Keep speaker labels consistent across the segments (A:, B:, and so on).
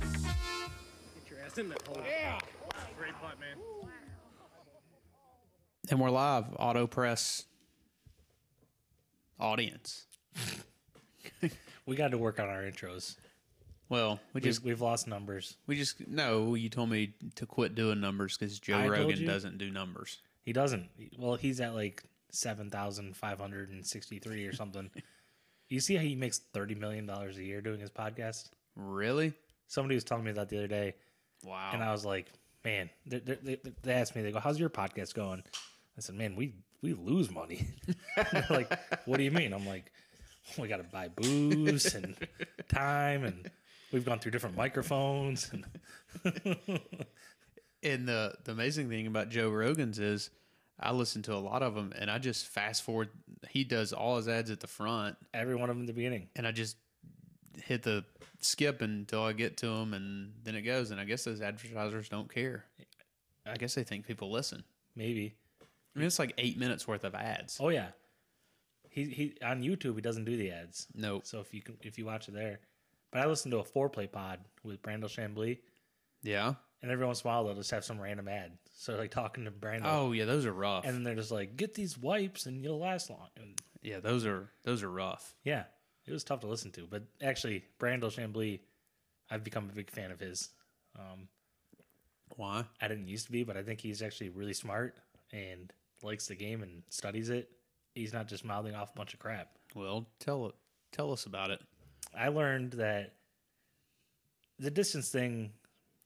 A: Get your ass in that hole. Yeah. Great putt, man.
B: And we're live, auto press audience.
C: We got to work on our intros.
B: Well, we
C: We've,
B: just
C: we've lost numbers.
B: we just no. You told me to quit doing numbers because Joe
C: I told
B: Rogan
C: you.
B: doesn't do numbers.
C: He doesn't. Well, he's at like 7,563 or something. you see how he makes $30 million a year doing his podcast?
B: Really?
C: Somebody was telling me that the other day,
B: Wow.
C: and I was like, man, they, they, they, they asked me, they go, how's your podcast going? I said, man, we, we lose money. They're like, what do you mean? I'm like, we got to buy booze and time, and we've gone through different microphones. And
B: and the the amazing thing about Joe Rogan's is I listen to a lot of them, and I just fast forward. He does all his ads at the front,
C: every one of them at the beginning.
B: and I just hit the skip until I get to them, and then it goes. And I guess those advertisers don't care. I guess they think people listen.
C: Maybe.
B: I mean, it's like eight minutes worth of ads.
C: Oh yeah. He he on YouTube he doesn't do the ads.
B: Nope.
C: So if you can if you watch it there. But I listen to a foreplay pod with Brandel Chambly
B: Yeah.
C: and every once in a while they'll just have some random ad. So like talking to Brandel
B: Oh yeah, those are rough.
C: and then they're just like, get these wipes and you'll last long and
B: yeah, those are those are rough.
C: yeah. It was tough to listen to. But actually Brandel Chambly, I've become a big fan of his. Um
B: Why?
C: I didn't used to be, but I think he's actually really smart and likes the game and studies it. He's not just mouthing off a bunch of crap.
B: Well, tell tell us about it.
C: I learned that the distance thing,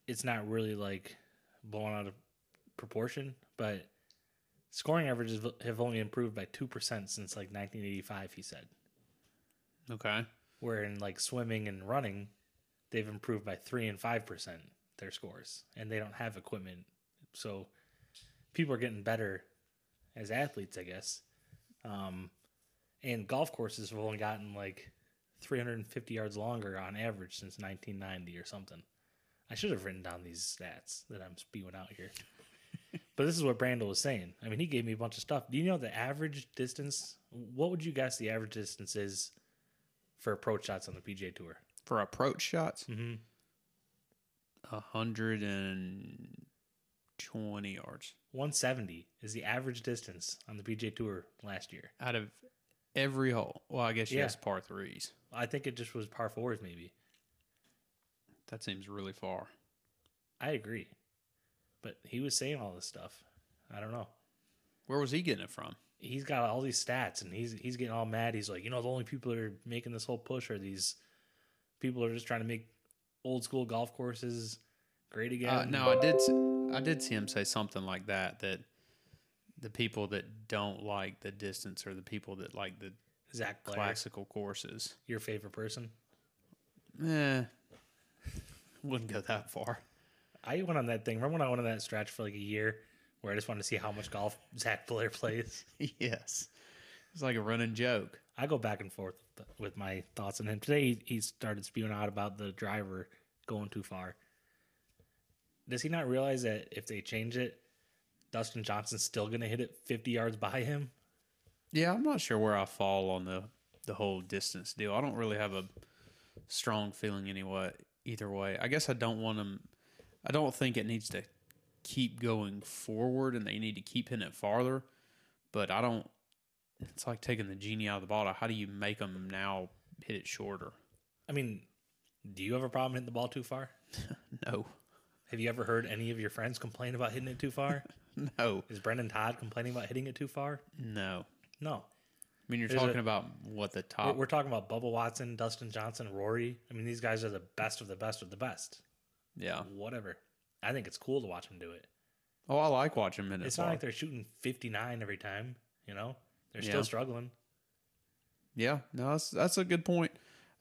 C: it's not really like blown out of proportion, but scoring averages have only improved by 2% since like 1985, he said.
B: Okay.
C: Where in like swimming and running, they've improved by 3 and 5% their scores, and they don't have equipment. So people are getting better as athletes, I guess. Um, and golf courses have only gotten like 350 yards longer on average since 1990 or something. I should have written down these stats that I'm spewing out here. but this is what Brandel was saying. I mean, he gave me a bunch of stuff. Do you know the average distance? What would you guess the average distance is for approach shots on the PGA Tour?
B: For approach shots,
C: Mm-hmm.
B: a hundred and twenty yards
C: 170 is the average distance on the PGA Tour last year.
B: out of every hole. Well, I guess
C: Yeah.
B: yes, par threes.
C: I think it just was par fours, maybe.
B: That seems really far.
C: I agree. But he was saying all this stuff. I don't know.
B: Where was he getting it from?
C: he's got all these stats and he's he's getting all mad. He's like, you know, the only people that are making this whole push are these people that are just trying to make old school golf courses great again.
B: Uh, no, I did. s- I did see him say something like that. That the people that don't like the distance are the people that like the
C: Zach Blair,
B: classical courses.
C: your favorite person.
B: Eh, wouldn't go that far.
C: I went on that thing. Remember when I went on that stretch for like a year where I just wanted to see how much golf Zach Blair plays?
B: yes, it's like a running joke.
C: I go back and forth th- with my thoughts on him. Today he, he started spewing out about the driver going too far. Does he not realize that if they change it, Dustin Johnson's still going to hit it 50 yards by him?
B: Yeah, I'm not sure where I fall on the the whole distance deal. I don't really have a strong feeling anyway either way. I guess I don't want them I don't think it needs to keep going forward and they need to keep hitting it farther, but I don't it's like taking the genie out of the bottle. How do you make them now hit it shorter?
C: I mean, do you have a problem hitting the ball too far?
B: No.
C: Have you ever heard any of your friends complain about hitting it too far?
B: No.
C: Is Brendan Todd complaining about hitting it too far?
B: No.
C: No.
B: I mean you're
C: There's a-
B: talking about what the
C: We're-
B: top
C: We're talking about Bubba Watson, Dustin Johnson, Rory. I mean, these guys are the best of the best of the best.
B: Yeah.
C: Whatever. I think it's cool to watch them do it.
B: Oh, I like watching minutes.
C: It's not like they're shooting 59 every time, you know? They're
B: Yeah.
C: still struggling.
B: Yeah, no, that's that's a good point.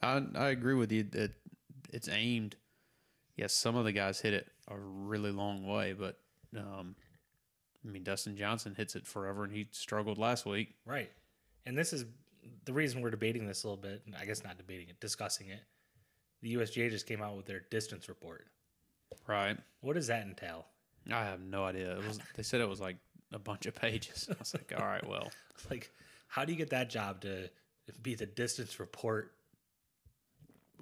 B: I I agree with you that it's aimed. Yes, some of the guys hit it a really long way, but um, I mean Dustin Johnson hits it forever, and he struggled last week.
C: Right. And this is the reason we're debating this a little bit, I guess not debating it, discussing it, the USGA just came out with their distance report.
B: Right.
C: What does that entail?
B: I have no idea. It was they said it was like a bunch of pages. I was like, all right, well,
C: Like, how do you get that job to be the distance report,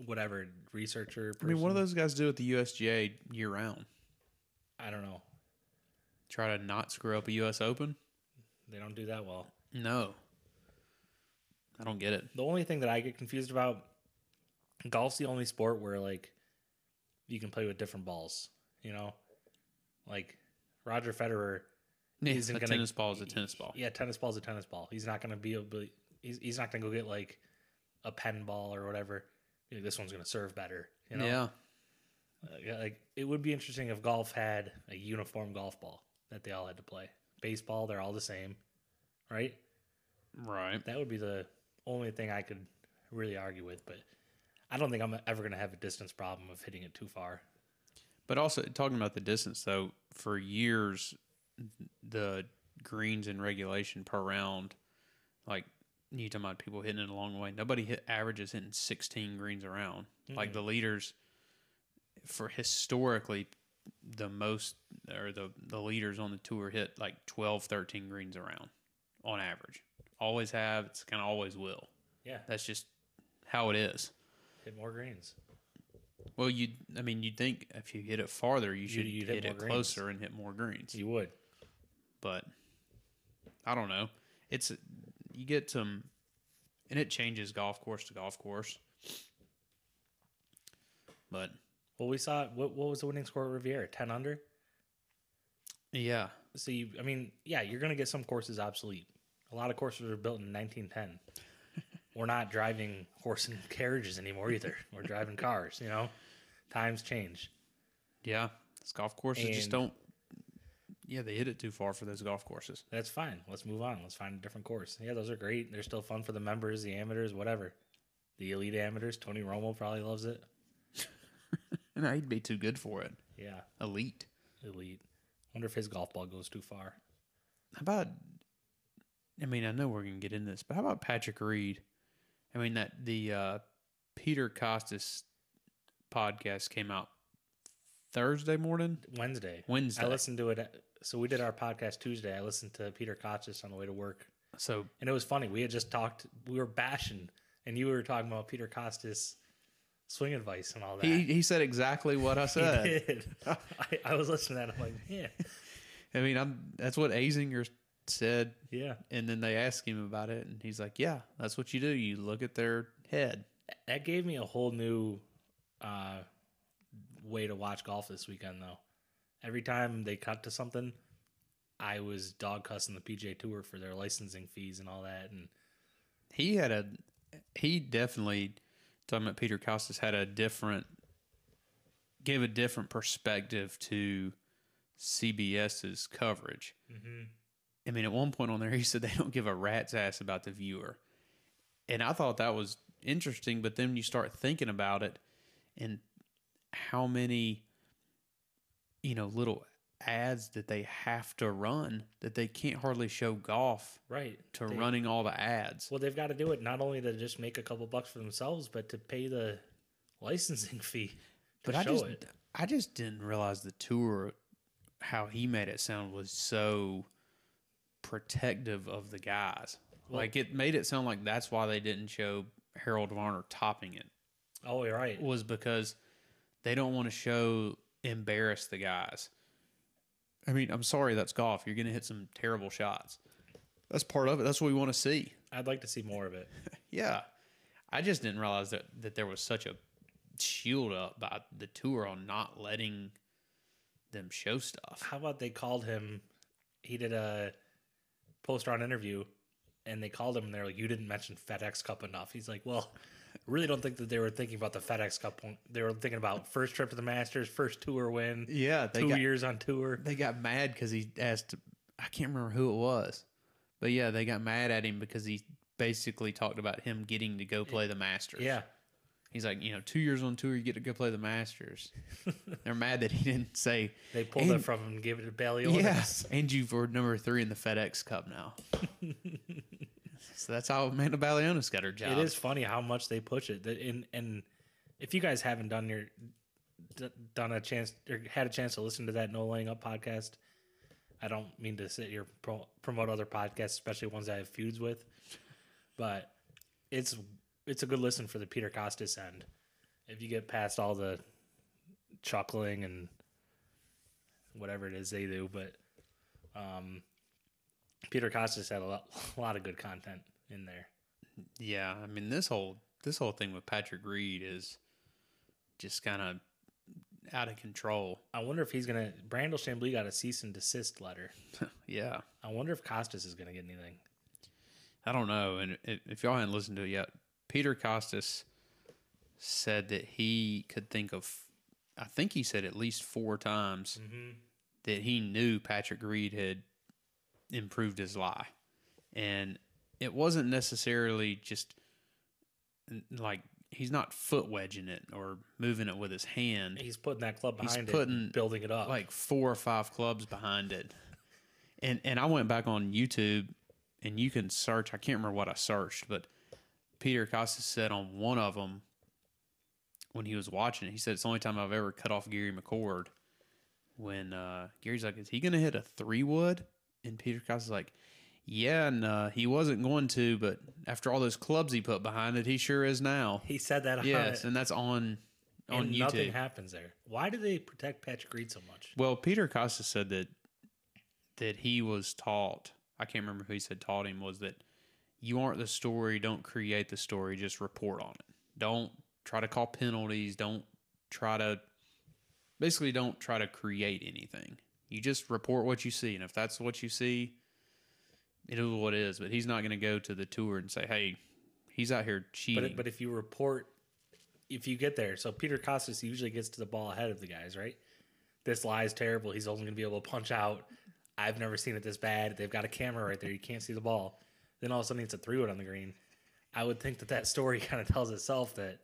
C: whatever researcher?
B: I
C: Person?
B: mean, what do those guys do at the USGA year round?
C: I don't know.
B: Try to not screw up a US Open?
C: They don't do that well.
B: No. I don't get it.
C: The only thing that I get confused about golf's the only sport where like you can play with different balls, you know? Like Roger Federer,
B: He's
C: Isn't
B: a
C: gonna-
B: tennis ball is a tennis ball.
C: yeah, tennis ball's a tennis ball. He's not going to be able to, he's, he's not going to go get like a pen ball or whatever. You know, this one's going to serve better, you know?
B: Yeah.
C: Uh, yeah, like it would be interesting if golf had a uniform golf ball that they all had to play. Baseball, they're all the same, right?
B: Right.
C: That would be the only thing I could really argue with, but I don't think I'm ever going to have a distance problem of hitting it too far.
B: But also talking about the distance though, for years the greens in regulation per round, like you talking about people hitting it a long way. Nobody hit averages hitting sixteen greens around. Like the leaders for historically the most or the the leaders on the tour hit like 12 13 greens around on average always have it's kind of always will
C: Yeah,
B: that's just how it is
C: hit more greens.
B: well, you, I mean, you'd think if you hit it farther, you should
C: you'd
B: hit,
C: hit more
B: it
C: greens.
B: closer and hit more greens.
C: You would.
B: But I don't know. It's you get some, and it changes golf course to golf course. But
C: Well, we saw what what was the winning score at Riviera? 10 under.
B: yeah,
C: So you I mean, yeah, you're going to get some courses obsolete. A lot of courses are built in 1910. We're not driving horse and carriages anymore either. We're driving cars, you know. Times change.
B: yeah, these golf courses just
C: And-
B: don't. Yeah, they hit it too far for those golf courses.
C: That's fine. Let's move on. Let's find a different course. Yeah, those are great. They're still fun for the members, the amateurs, whatever. The elite amateurs, Tony Romo probably loves it.
B: And I'd be too good for it.
C: Yeah,
B: Elite.
C: elite. Wonder if his golf ball goes too far.
B: How about? I mean, I know we're gonna get in this, but how about Patrick Reed? I mean that the uh, Peter Costas podcast came out Thursday morning,
C: Wednesday.
B: Wednesday.
C: I listened to it. So we did our podcast Tuesday. I listened to Peter Kotchis on the way to work
B: so
C: And it was funny. We had just talked. We were bashing, and you were talking about Peter Costas' swing advice and all that.
B: he he said exactly what I
C: He
B: said.
C: did. I, I was listening to that. I'm like, yeah,
B: I mean, I'm that's what Azinger said,
C: yeah.
B: and then they asked him about it, and he's like, "Yeah, that's what you do. You look at their head."
C: That gave me a whole new uh, way to watch golf this weekend, though. Every time they cut to something, I was dog cussing the PJ Tour for their licensing fees and all that, and
B: he had a he definitely talking about Peter Costas had a different gave a different perspective to CBS's coverage. I mean, at one point on there, he said they don't give a rat's ass about the viewer, and I thought that was interesting. But then you start thinking about it, and how many you know little ads that they have to run that they can't hardly show golf
C: right
B: to
C: They-
B: running all the ads.
C: Well, they've got to do it not only to just make a couple bucks for themselves, but to pay the licensing fee. To
B: but
C: show
B: I just
C: it.
B: I just didn't realize the tour how he made it sound was so protective of the guys. like it made it sound like that's why they didn't show Harold Varner topping it
C: Oh, you're right.
B: was because they don't want to show embarrass the guys. I mean, I'm sorry, that's golf. You're going to hit some terrible shots. That's part of it. That's what we want to see.
C: I'd like to see more of it.
B: Yeah. Uh, I just didn't realize that, that there was such a shield up by the tour on not letting them show stuff.
C: How about they called him? He did a poster on interview, and they called him, and they're like, "You didn't mention FedEx Cup enough." He's like, "Well, I really don't think that they were thinking about the FedEx Cup. One. They were thinking about first trip to the Masters, first tour win,
B: Yeah, they
C: two
B: got
C: years on tour."
B: they got mad because he asked. I can't remember who it was, but yeah, they got mad at him because he basically talked about him getting to go play the Masters.
C: Yeah,
B: he's like, you know, two years on tour, you get to go play the Masters. They're mad that he didn't say
C: they pulled it
B: And-
C: from him and gave it to Bailey Ortiz.
B: Yes, and you for number three in the FedEx Cup now. So that's how Amanda Balionis got her job.
C: It is funny how much they push it. That- And and if you guys haven't done your d- done a chance or had a chance to listen to that No Laying Up podcast, I don't mean to sit here pro- promote other podcasts, especially ones I have feuds with, but it's it's a good listen for the Peter Costas end. If you get past all the chuckling and whatever it is they do, but um, Peter Costas had a lot, a lot of good content in there.
B: Yeah, I mean this whole this whole thing with Patrick Reed is just kind of out of control.
C: I wonder if he's gonna. Brandel Chambly got a cease and desist letter.
B: Yeah,
C: I wonder if Costas is gonna get anything.
B: I don't know. And if, if y'all hadn't listened to it yet, Peter Costas said that he could think of, I think he said at least four times that he knew Patrick Reed had improved his lie, and it wasn't necessarily just n- like he's not foot wedging it or moving it with his hand.
C: He's putting that club
B: He's
C: behind it,
B: putting,
C: and building it up.
B: uh, like four or five clubs behind it. And and I went back on YouTube and you can search, I can't remember what I searched, but Peter Costas said on one of them when he was watching it, he said it's the only time I've ever cut off Gary McCord when uh, Gary's like, is he going to hit a three wood? And Peter Costas is like, yeah, and uh, he wasn't going to, but after all those clubs he put behind it, he sure is now.
C: he said that.
B: Yes,
C: on,
B: and that's on
C: it,
B: on
C: and
B: YouTube.
C: nothing happens there. Why do they protect Patrick Reed so much?
B: Well, Peter Costa said that that he was taught. I can't remember who he said taught him was that you aren't the story. Don't create the story. Just report on it. Don't try to call penalties. Don't try to basically don't try to create anything. You just report what you see, and if that's what you see, it is what it is. But he's not going to go to the tour and say, "Hey, he's out here cheating."
C: But it- but if you report, if you get there, so Peter Costas usually gets to the ball ahead of the guys, right? This lie is terrible. He's only gonna be able to punch out. I've never seen it this bad. They've got a camera right there. You can't see the ball. Then all of a sudden, it's a three wood on the green. I would think that that story kind of tells itself that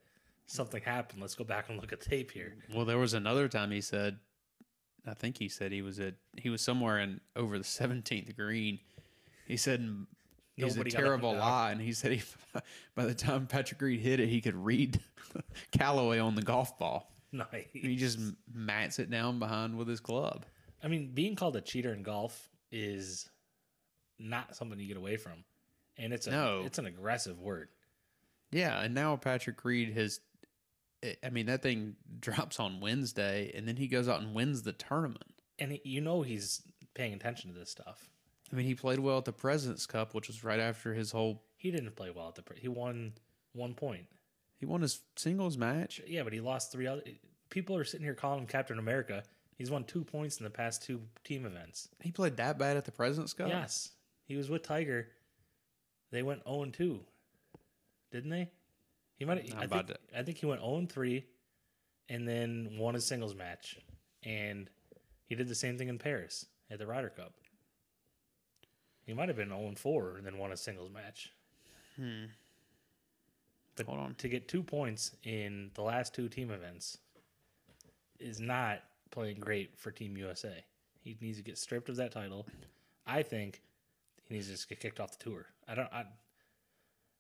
C: something happened. Let's go back and look at tape here.
B: Well, there was another time he said, I think he said he was at he was somewhere in over the seventeenth green. He said it was a
C: Nobody got up
B: terrible
C: and down.
B: lie, and he said he, by the time Patrick Reed hit it, he could read Callaway on the golf ball.
C: Nice.
B: He just mats it down behind with his club.
C: I mean, being called a cheater in golf is not something you get away from, and it's a
B: No.
C: it's an aggressive word.
B: Yeah, and now Patrick Reed has. eh, I mean, that thing drops on Wednesday, and then he goes out and wins the tournament.
C: and he- you know he's paying attention to this stuff.
B: I mean, he played well at the Presidents Cup, which was right after his whole.
C: He didn't play well at the. pre- He won one point.
B: He won his singles match.
C: Yeah, but he lost three other. People are sitting here calling him Captain America. He's won two points in the past two team events.
B: He played that bad at the President's Cup?
C: Yes, he was with Tiger. They went zero and two, didn't they? He might.
B: How
C: I
B: about
C: think, I think he went zero and three, and then won a singles match, and he did the same thing in Paris at the Ryder Cup. He might have been zero and four, and then won a singles match. But
B: Hold on.
C: to get two points in the last two team events is not playing great for Team USA. He needs to get stripped of that title. I think he needs to just get kicked off the tour. I don't. I,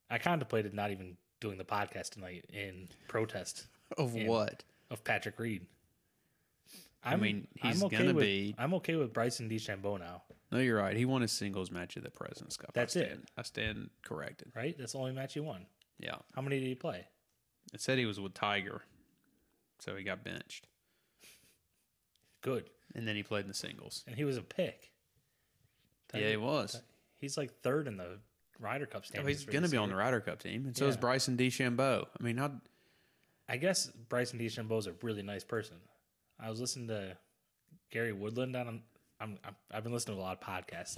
C: I contemplated not even doing the podcast tonight in protest
B: Of
C: Yeah.
B: what?
C: of Patrick Reed.
B: I
C: I'm-
B: mean, he's
C: okay
B: gonna
C: with-
B: be-
C: I'm okay with Bryson DeChambeau now,
B: No, you're right. He won his singles match at the President's Cup.
C: That's
B: I
C: it.
B: stand, I stand corrected.
C: right? That's the only match he won.
B: Yeah.
C: How many did he play?
B: It said he was with Tiger, so he got benched.
C: Good,
B: And then he played in the singles.
C: and he was a pick.
B: yeah, he was.
C: He's like third in the Ryder Cup
B: Oh,
C: standings.
B: he's
C: for
B: going to
C: this
B: be on the
C: year.
B: Ryder Cup team. And so is
C: Yeah.
B: Bryson DeChambeau. I mean, I'd,
C: I guess Bryson DeChambeau's a really nice person. I was listening to Gary Woodland on. um, I'm, I'm I've been listening to a lot of podcasts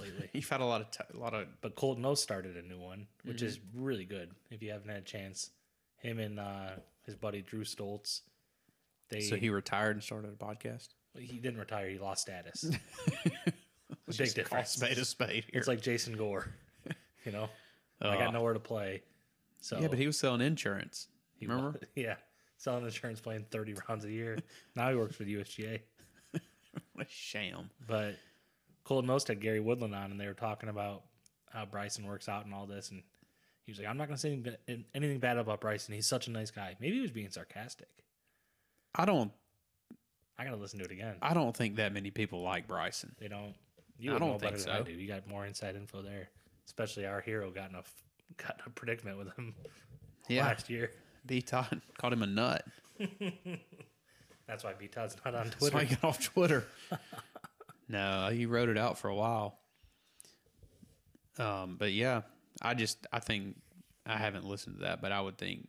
C: lately.
B: you've had a lot of, t- a lot of,
C: but Colton O started a new one, which is
B: Mm-hmm.
C: really good. If you haven't had a chance, him and uh, his buddy Drew Stoltz, they
B: so he retired and started a podcast.
C: he didn't retire, he lost status. Big
B: Just call
C: difference.
B: spade a spade here.
C: It's like Jason Gore, you know. I
B: Uh,
C: got nowhere to play, so
B: yeah, but he was selling insurance.
C: he
B: remember?
C: wa- yeah, selling insurance, playing thirty rounds a year. now he works for the USGA.
B: What a sham.
C: But Colton Most had Gary Woodland on, and they were talking about how Bryson works out and all this. And He was like, I'm not going to say anything ba- anything bad about Bryson. He's such a nice guy. Maybe he was being sarcastic.
B: I don't.
C: I got to listen to it again.
B: I don't think that many people like Bryson.
C: They don't. You
B: I
C: would
B: don't
C: know better
B: think
C: than I
B: so.
C: do. You got more inside info there. Especially our hero got in a f- got in a predicament with him last year.
B: B. Todd called him a nut.
C: That's why B Todd's not on
B: That's why
C: Twitter.
B: he got off Twitter. no, he wrote it out for a while. Um, but yeah, I just I think I haven't listened to that, but I would think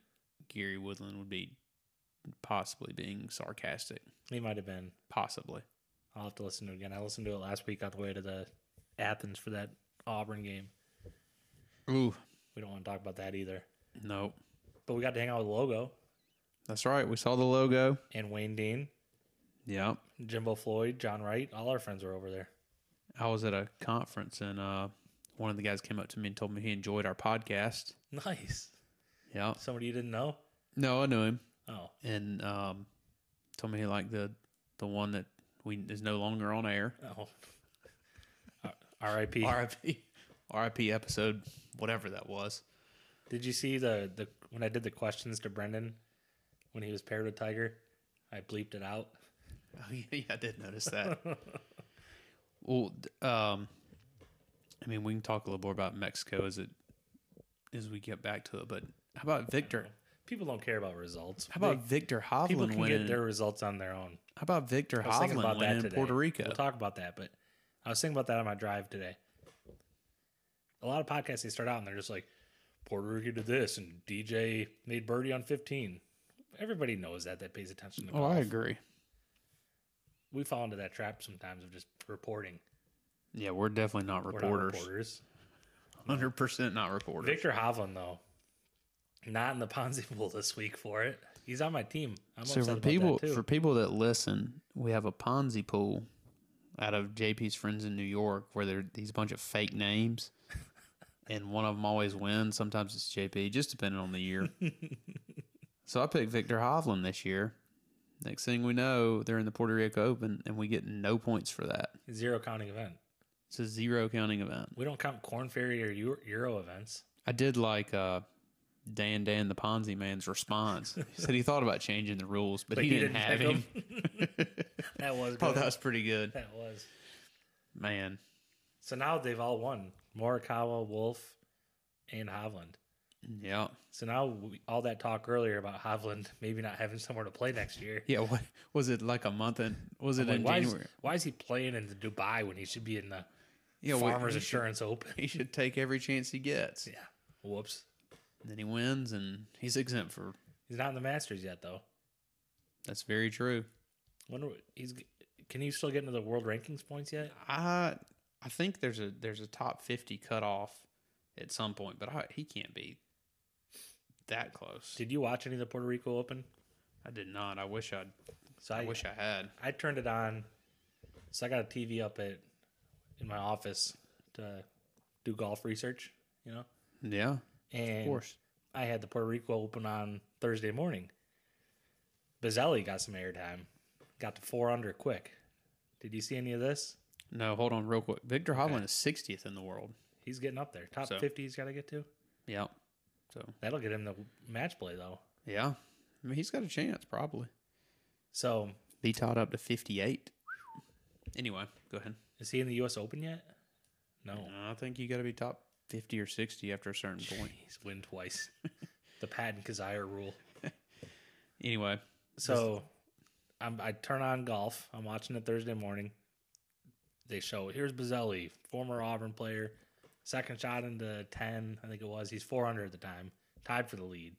B: Gary Woodland would be possibly being sarcastic.
C: He might have been.
B: Possibly.
C: I'll have to listen to it again. I listened to it last week on the way to the Athens for that Auburn game.
B: Ooh.
C: We don't want to talk about that either.
B: Nope.
C: But we got to hang out with Logo
B: That's right. We saw the logo.
C: and Wayne Dean,
B: Yep.
C: Jimbo Floyd, John Wright. All our friends were over there.
B: I was at a conference and uh one of the guys came up to me and told me he enjoyed our podcast.
C: Nice.
B: Yeah.
C: Somebody you didn't know?
B: No, I knew him.
C: Oh,
B: and um, told me he liked the the one that we is no longer on air.
C: oh. R.I.P.
B: RIP, RIP episode, whatever that was.
C: Did you see the the when I did the questions to Brendan when he was paired with Tiger? I bleeped it out.
B: Oh yeah, yeah, I did notice that. well, d- um, I mean, we can talk a little more about Mexico as it as we get back to it. But how about Victor?
C: People don't care about results.
B: How about Victor
C: They- people
B: Hovland
C: can
B: winning?
C: get their results on their own?
B: how about Victor
C: I was thinking
B: Hovland
C: about that
B: winning
C: today.
B: in Puerto Rico?
C: We'll talk about that, but I was thinking about that on my drive today. A lot of podcasts they start out and they're just like, Puerto Rico did this and DJ made birdie on fifteen. Everybody knows that that pays attention to
B: oh,
C: golf.
B: I agree.
C: We fall into that trap sometimes of just reporting.
B: Yeah, we're definitely not
C: We're not
B: reporters.
C: reporters.
B: Hundred percent not reporters.
C: Victor Hovland though, not in the Ponzi pool this week for it. He's on my team. I'm
B: So
C: upset
B: for
C: about
B: people
C: that too.
B: for people that listen, we have a Ponzi pool out of JP's friends in New York where there are these bunch of fake names, and one of them always wins. Sometimes it's JP, just depending on the year. so I picked Victor Hovland this year. Next thing we know, they're in the Puerto Rico Open, and we get no points for that.
C: Zero counting event.
B: It's a zero counting event.
C: We don't count Corn Ferry or Euro, Euro events.
B: I did like uh, Dan Dan the Ponzi man's response. He said he thought about changing the rules, but, he, didn't, have him.
C: pick 'em. that was
B: Oh,
C: good.
B: that was pretty good,
C: that was.
B: man.
C: So now they've all won. Morikawa, Wolf, and Hovland.
B: Yeah.
C: So now we, all that talk earlier about Hovland maybe not having somewhere to play next year.
B: Yeah, what was it like a month in was it
C: Like,
B: in
C: why, is,
B: January?
C: why is he playing in Dubai when he should be in the
B: Yeah, well,
C: Farmers
B: he should-
C: Insurance Open?
B: He should take every chance he gets.
C: Yeah. Whoops.
B: And then he wins and he's exempt for
C: He's not in the Masters yet, though.
B: that's very true.
C: Wonder what- he's can he still get into the world rankings points yet?
B: I I think there's a there's a top fifty cutoff at some point, but I, he can't be that close.
C: Did you watch any of the Puerto Rico Open?
B: I did not. I wish I'd
C: So
B: I,
C: I,
B: wish I had.
C: I turned it on. So I got a TV up at in my office to do golf research, you know.
B: Yeah.
C: And
B: Of course.
C: I had the Puerto Rico Open on Thursday morning. Bazelli got some airtime, got to four under quick. Did you see any of this?
B: No, hold on real quick. Victor Hovland is sixtieth in the world.
C: He's getting up there, top
B: So-
C: fifty. He's got to get to.
B: Yeah. So
C: That'll get him the match play though.
B: yeah. I mean he's got a chance probably.
C: So
B: Be taught up to fifty eight. Anyway, go ahead.
C: is he in the U.S. Open yet? No.
B: No, I think you got to be top 50 or 60 after a certain point.
C: He's win twice. the Patton Kazire rule.
B: Anyway,
C: So I'm, I turn on golf. I'm watching it Thursday morning. They show here's Bozzelli, former Auburn player, second shot into 10, I think it was. He's 400 at the time, tied for the lead.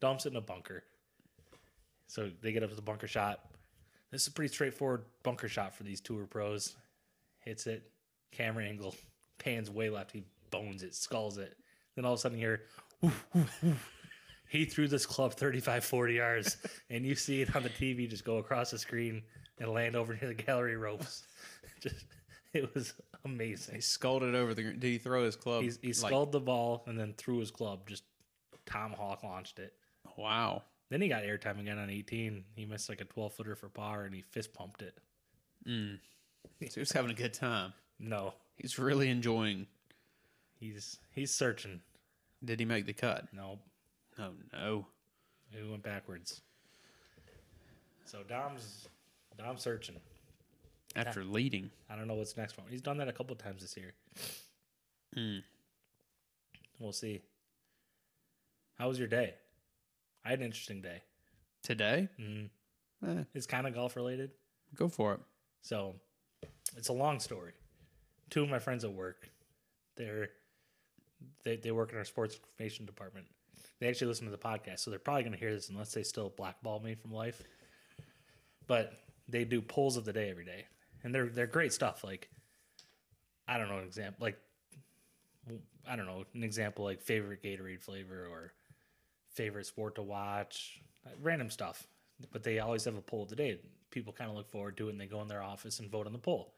C: Dumps it in a bunker. So they get up to the bunker shot. This is a pretty straightforward bunker shot for these tour pros. Hits it, camera angle, pans way left. He bones it, skulls it. Then all of a sudden, you hear, "Woof, woof, woof." he threw this club 35, 40 yards, and you see it on the TV just go across the screen and land over near the gallery ropes. just, it was amazing.
B: he scolded over the. gr- Did he throw his club?
C: He, he
B: like-
C: sculled the ball and then threw his club. Just tomahawk launched it.
B: Wow.
C: Then he got airtime again on 18. He missed like a 12 footer for par and he fist pumped it.
B: Mm. So he was having a good time.
C: No,
B: He's really enjoying
C: he's he's searching.
B: Did he make the cut?
C: Nope.
B: Oh no.
C: It went backwards. So Dom's Dom's searching.
B: After leading.
C: I don't know what's next for him. He's done that a couple times this year.
B: Hmm.
C: We'll see. How was your day? I had an interesting day.
B: Today?
C: Mm.
B: Eh,
C: It's kind of golf related.
B: go for it.
C: So it's a long story. Two of my friends at work, they're they, they work in our sports information department. They actually listen to the podcast, so they're probably gonna hear this unless they still blackball me from life. But they do polls of the day every day. And they're they're great stuff. Like I don't know an example like I don't know, an example like favorite Gatorade flavor or favorite sport to watch, uh, random stuff. But they always have a poll today. People kind of look forward to it and they go in their office and vote on the poll.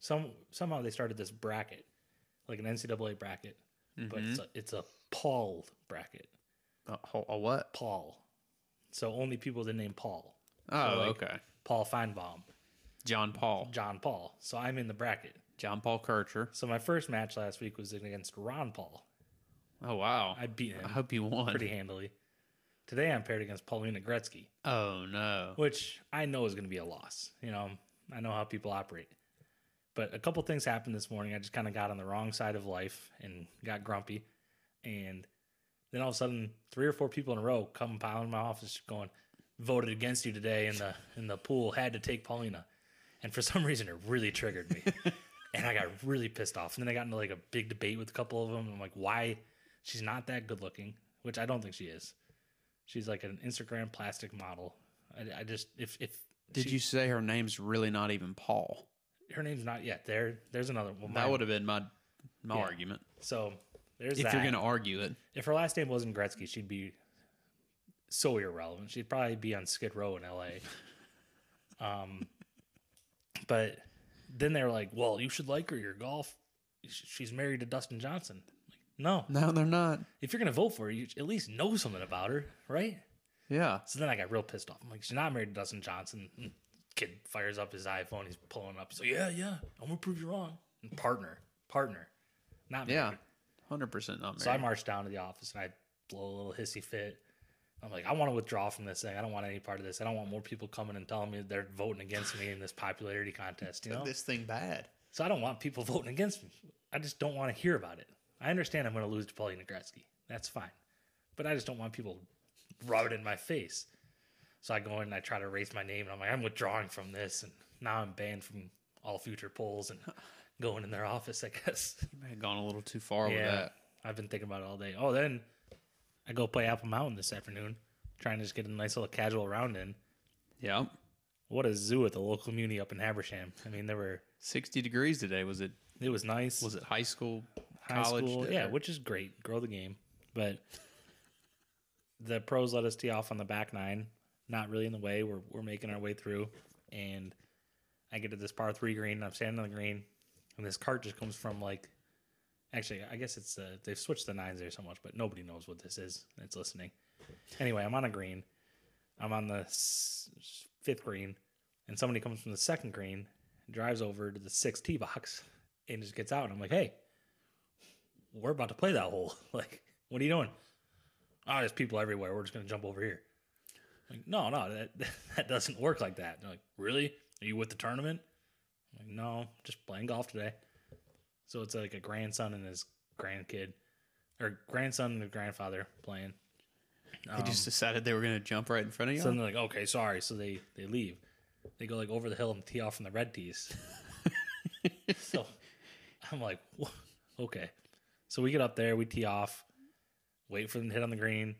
C: Some somehow they started this bracket, like an NCAA bracket, but it's a, it's a Paul bracket.
B: A, ho- a what?
C: Paul. So only people that name Paul.
B: Oh,
C: like-
B: okay.
C: Paul Feinbaum,
B: John Paul.
C: John Paul. So I'm in the bracket.
B: John Paul Kircher.
C: So my first match last week was against Ron Paul.
B: Oh wow.
C: I beat
B: I
C: him.
B: hope you won.
C: pretty handily. Today I'm paired against Paulina Gretzky,
B: Oh no.
C: which I know is going to be a loss. You know, I know how people operate. But a couple things happened this morning. I just kind of got on the wrong side of life and got grumpy. And then all of a sudden, three or four people in a row come piling my office going, voted against you today in the in the pool, had to take Paulina. And for some reason it really triggered me. and I got really pissed off. And then I got into like a big debate with a couple of them. I'm like, why she's not that good looking, which I don't think she is. She's like an Instagram plastic model. I, I just if if
B: Did
C: she-
B: you say her name's really not even Paul?
C: her name's not yet there. There's another one.
B: That would have been my my
C: Yeah.
B: argument.
C: so there's
B: If
C: that.
B: you're gonna argue it.
C: if her last name wasn't Gretzky, she'd be so irrelevant. She'd probably be on Skid Row in L.A. um, but then they were like, "Well, you should like her. Your golf. sh- She's married to Dustin Johnson." Like, no,
B: No, they're not.
C: if you're gonna vote for her, you at least know something about her, right?
B: Yeah.
C: So then I got real pissed off. I'm like, she's not married to Dustin Johnson. And Kid fires up his iPhone. He's pulling up. He's like, yeah, yeah, I'm gonna prove you wrong. And partner, partner, not married.
B: Yeah. Hundred percent not married.
C: So I marched down to the office and I blow a little hissy fit. I'm like, I want to withdraw from this thing. I don't want any part of this. I don't want more people coming and telling me they're voting against me in this popularity contest. You know,
B: this thing bad.
C: so I don't want people voting against me. I just don't want to hear about it. I understand I'm going to lose to Paulina Gretzky. That's fine. But I just don't want people rub it in my face. So I go in and I try to erase my name and I'm like, I'm withdrawing from this. And now I'm banned from all future polls and going in their office, I guess.
B: You may have gone a little too far with
C: yeah.
B: Oh, that.
C: I've been thinking about it all day. Oh, then I go play Apple Mountain this afternoon, trying to just get a nice little casual round in.
B: Yeah.
C: What a zoo at the local muni up in Habersham. I mean, there were,
B: Sixty degrees today. Was it
C: it was nice.
B: was it high school?
C: high
B: college
C: school.
B: that-
C: Yeah,
B: or-
C: which is great. Grow the game. But the pros let us tee off on the back nine. Not really in the way. We're, we're making our way through. And I get to this par three green. And I'm standing on the green. And this cart just comes from like, actually, I guess it's, uh, they've switched the nines there so much, but nobody knows what this is that's listening. Anyway, I'm on a green. I'm on the s- fifth green. And somebody comes from the second green, drives over to the sixth tee box, and just gets out. And I'm like, hey, we're about to play that hole. Like, what are you doing? Oh, there's people everywhere. We're just gonna jump over here. Like, no, no, that that doesn't work like that. They're like, really? Are you with the tournament? I'm like, no, just playing golf today. So it's like a grandson and his grandkid, or grandson and the grandfather playing.
B: They just decided they were gonna jump right in front of you.
C: um, So then they're like, okay, sorry. So they they leave. They go like over the hill and tee off from the red tees. so I'm like, "Wha- okay. So we get up there, we tee off, wait for them to hit on the green.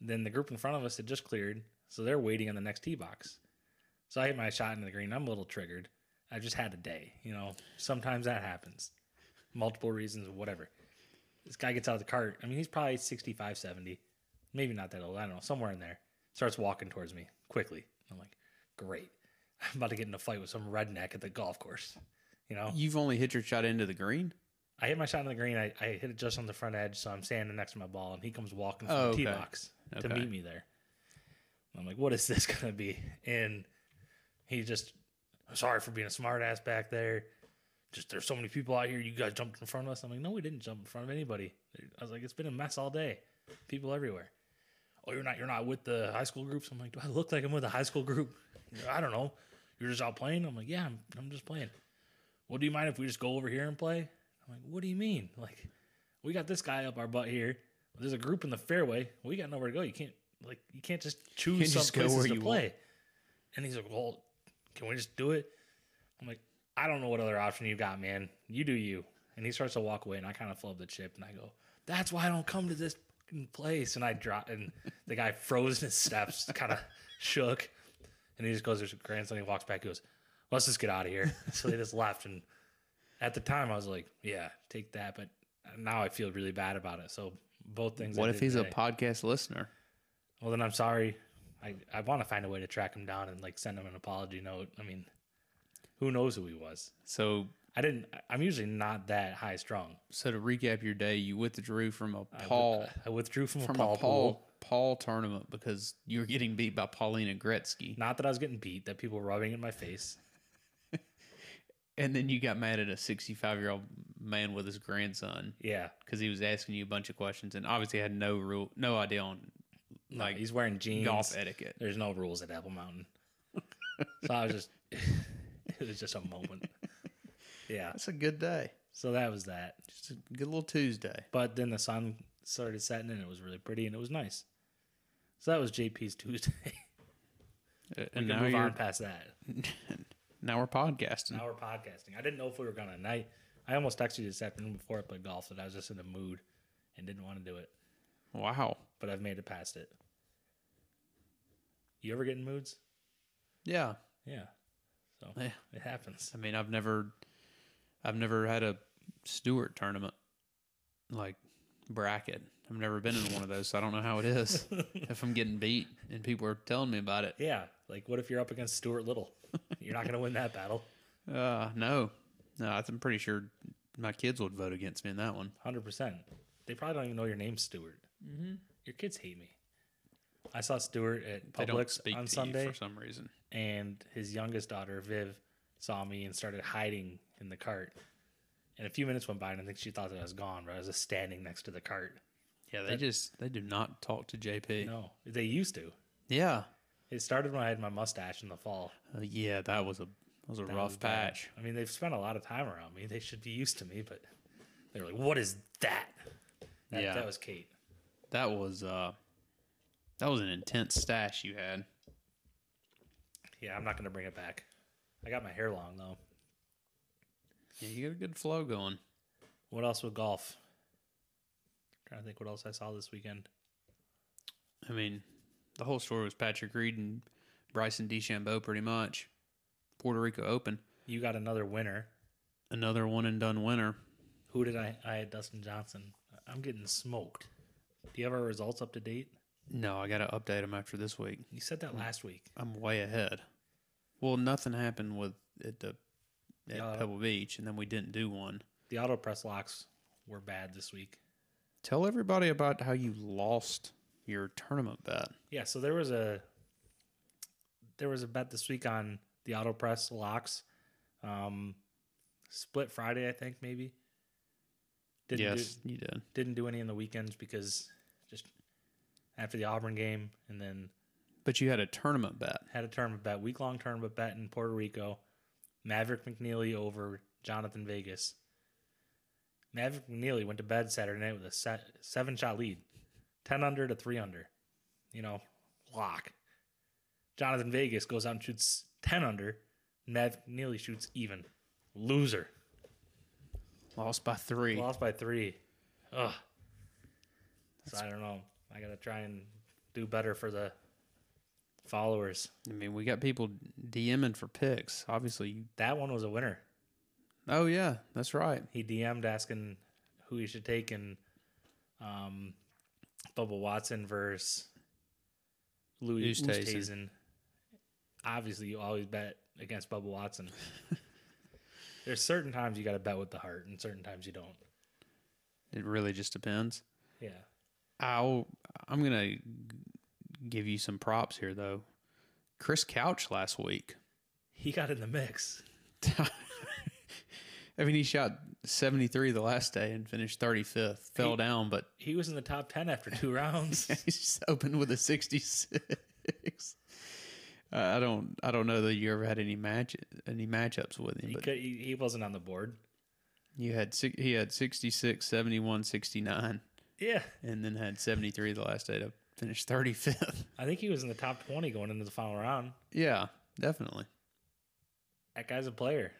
C: Then the group in front of us had just cleared, so they're waiting on the next tee box. So I hit my shot into the green. I'm a little triggered. I just had a day, you know. Sometimes that happens, multiple reasons, whatever. This guy gets out of the cart. I mean, he's probably 65, 70 maybe not that old. I don't know, somewhere in there. Starts walking towards me quickly. I'm like, great. I'm about to get in a fight with some redneck at the golf course. You know,
B: You've only hit your shot into the green.
C: I hit my shot on the green. I, I hit it just on the front edge, so I'm standing next to my ball, and he comes walking from
B: Oh,
C: the tee
B: okay.
C: box to
B: Okay.
C: meet me there. And I'm like, what is this gonna be? And he just, sorry for being a smartass back there. just there's so many people out here. You guys jumped in front of us. I'm like, no, we didn't jump in front of anybody. I was like, it's been a mess all day. People everywhere. Oh, you're not you're not with the high school groups. I'm like, do I look like I'm with the high school group? He's like, I don't know. You're just out playing. I'm like, yeah, I'm, I'm just playing. Well, do you mind if we just go over here and play? I'm like, what do you mean? Like, we got this guy up our butt here. There's a group in the fairway. We got nowhere to go. You can't like you can't just choose
B: can't
C: some
B: just go
C: places
B: where
C: to
B: you
C: play.
B: want.
C: And he's like, well, can we just do it? I'm like, I don't know what other option you got, man. You do you. And he starts to walk away, and I kind of flub the chip, and I go, that's why I don't come to this fucking place. And I drop, and the guy froze in his steps, kind of shook. And he just goes, there's a grandson. He walks back, he goes, let's just get out of here. So they just left. And at the time, I was like, yeah, take that. But now I feel really bad about it. So both things. I
B: What if
C: did
B: he's a
C: today-
B: podcast listener?
C: well, then I'm sorry. I, I want to find a way to track him down and like send him an apology note. I mean, who knows who he was?
B: So,
C: I didn't. I- I'm usually not that high strung.
B: so to recap your day, you withdrew from a
C: I, wi-
B: Paul
C: I withdrew from,
B: from
C: a Paul,
B: a Paul
C: pool.
B: Paul tournament because you were getting beat by Paulina Gretzky,
C: Not that I was getting beat. That people were rubbing in my face.
B: and then you got mad at a sixty-five-year-old man with his grandson
C: Yeah,
B: because he was asking you a bunch of questions and obviously had no rule, no idea on
C: like
B: like
C: he's wearing jeans.
B: golf etiquette.
C: There's no rules at Apple Mountain. so I was just. it was just a moment. Yeah.
B: That's a good day.
C: So that was that.
B: Just a good little Tuesday.
C: But then the sun started setting and it was really pretty and it was nice. So that was JP's Tuesday.
B: And
C: we can
B: now,
C: move
B: you're,
C: on past that.
B: now we're podcasting.
C: Now we're podcasting. I didn't know if we were gonna. And I, I almost texted you this afternoon before I played golf that I was just in the mood and didn't want to do it,
B: Wow.
C: but I've made it past it. You ever get in moods?
B: Yeah.
C: Yeah. So
B: Yeah.
C: it happens.
B: I mean, I've never, I've never had a Stewart tournament like bracket. I've never been in one of those, so I don't know how it is if I'm getting beat and people are telling me about it.
C: Yeah. Like, what if you're up against Stuart Little? You're not gonna win that battle.
B: Uh, no, no, I'm pretty sure my kids would vote against me in that one.
C: Hundred percent. They probably don't even know your name, Stuart. Mm-hmm. Your kids hate me. I saw Stuart at
B: They don't
C: Publix
B: speak
C: on
B: to
C: Sunday.
B: you for some reason.
C: and his youngest daughter Viv saw me and started hiding in the cart. And a few minutes went by, and I think she thought that I was gone, but I was just standing next to the cart.
B: Yeah, they just they do not talk to JP.
C: No, they used to.
B: Yeah,
C: It started when I had my mustache in the fall.
B: uh, yeah, that was a that was a
C: That was
B: rough
C: bad.
B: patch.
C: I mean, they've spent a lot of time around me. They should be used to me, but they were like, "What is that?" that
B: Yeah.
C: that was Kate.
B: That was uh, that was an intense stash you had.
C: Yeah, I'm not gonna bring it back. I got my hair long though.
B: Yeah, you got a good flow going.
C: What else with golf? trying to think what else I saw this weekend.
B: I mean, the whole story was Patrick Reed and Bryson DeChambeau, pretty much. Puerto Rico Open,
C: You got another winner.
B: another one and done winner.
C: Who did I? I had Dustin Johnson. I'm getting smoked. Do you have our results up to date?
B: No, I got to update him after this week.
C: You said that last week.
B: I'm way ahead. Well, nothing happened with at the at
C: Yeah.
B: Pebble Beach, and then we didn't do one.
C: The auto press locks were bad this week.
B: Tell everybody about how you lost your tournament bet.
C: Yeah, so there was a there was a bet this week on the auto press locks. Um, split Friday, I think maybe. Didn't do-
B: yes, you did.
C: didn't do any in the weekends because just after the Auburn game and then
B: But you had a tournament bet.
C: had a tournament bet, week long tournament bet in Puerto Rico. Maverick McNeely over Jonathan Vegas. Maverick McNeely went to bed Saturday night with a set, seven shot lead, 10 under to 3 under. You know, lock. Jonathan Vegas goes out and shoots 10 under. Maverick McNeely shoots even. Loser.
B: Lost by three.
C: Lost by three. Ugh. So I don't know. I got to try and do better for the followers.
B: I mean, we got people DMing for picks. Obviously, you.
C: That one was a winner.
B: Oh yeah, that's right.
C: he DM'd asking who he should take in um, Bubba Watson versus Louis
B: Oosthuizen.
C: Oosthuizen. Obviously, you always bet against Bubba Watson. There's certain times you got to bet with the heart, and certain times you don't.
B: It really just depends.
C: Yeah,
B: I'll I'm gonna g- give you some props here though. Chris Couch last week.
C: he got in the mix.
B: I mean, he shot 73 the last day and finished 35th. Fell
C: He-
B: down, but
C: He was in the top ten after two rounds.
B: he's just opened with a 66. Uh, I don't, I don't know that you ever had any match, any matchups with him,
C: he,
B: but
C: could, he, he wasn't on the board.
B: you had, si- he had 66, 71, 69,
C: Yeah,
B: and then had 73 the last day to finish 35th.
C: I think he was in the top twenty going into the final round.
B: yeah, definitely.
C: That guy's a player.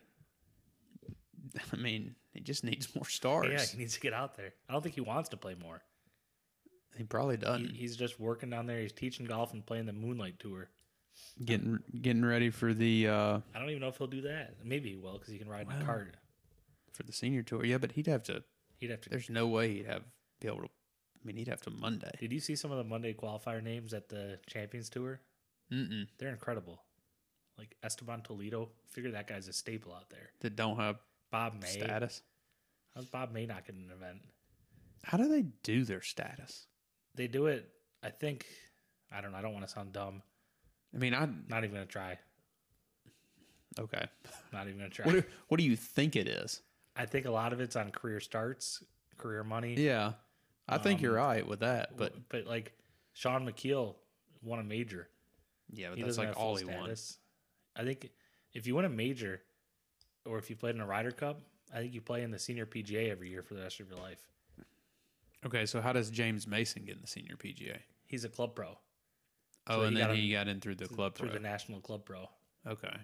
B: I mean, he just needs more stars.
C: Yeah, he needs to get out there. I don't think he wants to play more.
B: He probably
C: He,
B: doesn't.
C: he's just working down there. He's teaching golf and playing the Moonlight Tour.
B: getting getting ready for the uh
C: I don't even know if he'll do that. Maybe he will because he can ride in
B: Wow.
C: a cart.
B: for the senior tour. Yeah, but he'd have to.
C: He'd have to.
B: There's no way he'd have be able to. I mean, he'd have to Monday.
C: Did you see some of the Monday qualifier names at the Champions Tour?
B: Mm-mm.
C: They're incredible. Like Esteban Toledo, figure that guy's a staple out there.
B: That don't have
C: Bob May,
B: status.
C: how's Bob May not getting an event?
B: How do they do their status?
C: They do it. I think. I don't. know. I don't want to sound dumb.
B: I mean, I
C: Not even gonna try.
B: okay.
C: Not even gonna try.
B: What do, what do you think it is?
C: I think a lot of it's on career starts, career money.
B: Yeah, I think you're
C: Um,
B: right with that. But
C: W- but like Sean McKeel won a major.
B: yeah, but
C: He
B: that's
C: doesn't
B: like
C: have full
B: all he won.
C: status. I think if you win a major, or if you played in a Ryder Cup, I think you play in the Senior PGA every year for the rest of your life.
B: Okay, so how does James Mason get in the senior PGA?
C: He's a club pro
B: Oh,
C: So he
B: and
C: got
B: then
C: him
B: he got in through the club
C: through
B: pro.
C: the national club pro.
B: Okay.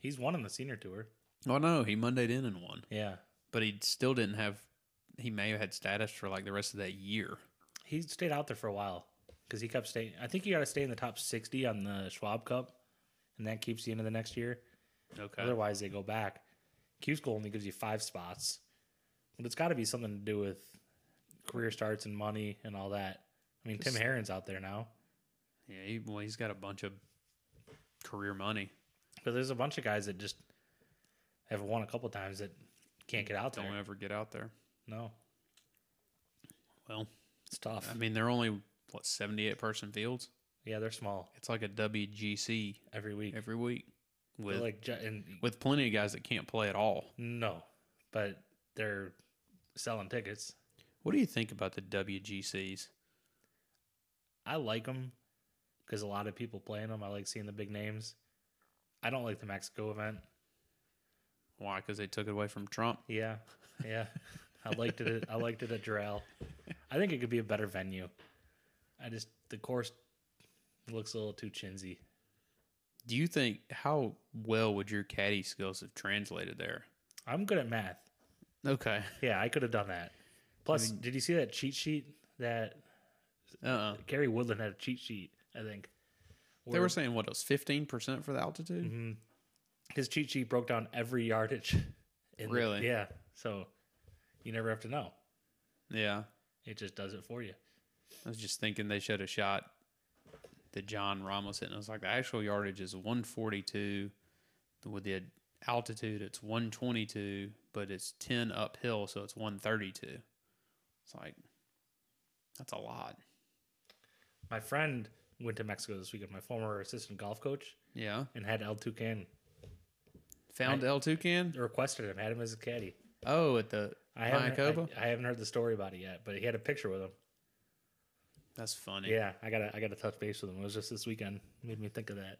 C: He's won on the Senior Tour.
B: Oh no, he Mondayed in and won,
C: Yeah,
B: but he still didn't have. He may have had status for like the rest of that year.
C: he stayed out there for a while because he kept staying. I think you got to stay in the top sixty on the Schwab Cup, and that keeps you into the next year.
B: Okay.
C: Otherwise, they go back. Q school only gives you five spots, but it's got to be something to do with career starts and money and all that. I mean, Tim
B: Just-
C: Herron's out there now,
B: Yeah, he, well, he's got a bunch of career money.
C: but there's a bunch of guys that just have won a couple times that can't get out there.
B: Don't ever get out there.
C: No,
B: Well,
C: it's tough.
B: I mean, they're only what seventy-eight person fields.
C: yeah, they're small
B: It's like a WGC
C: every week.
B: every week
C: They're
B: with
C: like ju- and
B: with plenty of guys that can't play at all.
C: no, but they're selling tickets.
B: What do you think about the WGCs?
C: I like them because a lot of people playing them. I like seeing the big names. I don't like the Mexico event.
B: Why? Because they took it away from Trump.
C: Yeah, yeah. I liked it. at- I liked it at Doral. I think it could be a better venue. I just the course looks a little too chinsy.
B: Do you think how well would your caddy skills have translated there?
C: I'm good at math.
B: Okay.
C: Yeah, I could have done that. Plus, did you see that cheat sheet that
B: Uh. uh
C: Gary Woodland had a cheat sheet? I think
B: They were
C: where
B: saying what it was fifteen percent for the altitude.
C: Mm-hmm. his cheat sheet broke down every yardage. in the-
B: Really?
C: yeah. So you never have to know.
B: Yeah.
C: It just does it for you.
B: I was just thinking they should have shot the John Ramos hit, and I was like, the actual yardage is 142. With the altitude, it's 122, but it's 10 uphill, so it's 132. It's like, that's a lot.
C: My friend went to Mexico this weekend. My former assistant golf coach
B: Yeah.
C: and had El Tucan
B: Found
C: I-
B: L2 can?
C: requested him, had him as a caddy.
B: Oh, at the
C: I haven't,
B: Mayakoba?
C: I, I haven't heard the story about it yet, but he had a picture with him.
B: That's funny.
C: Yeah, I gotta I gotta touch base with him. It was just this weekend. Made me think of that.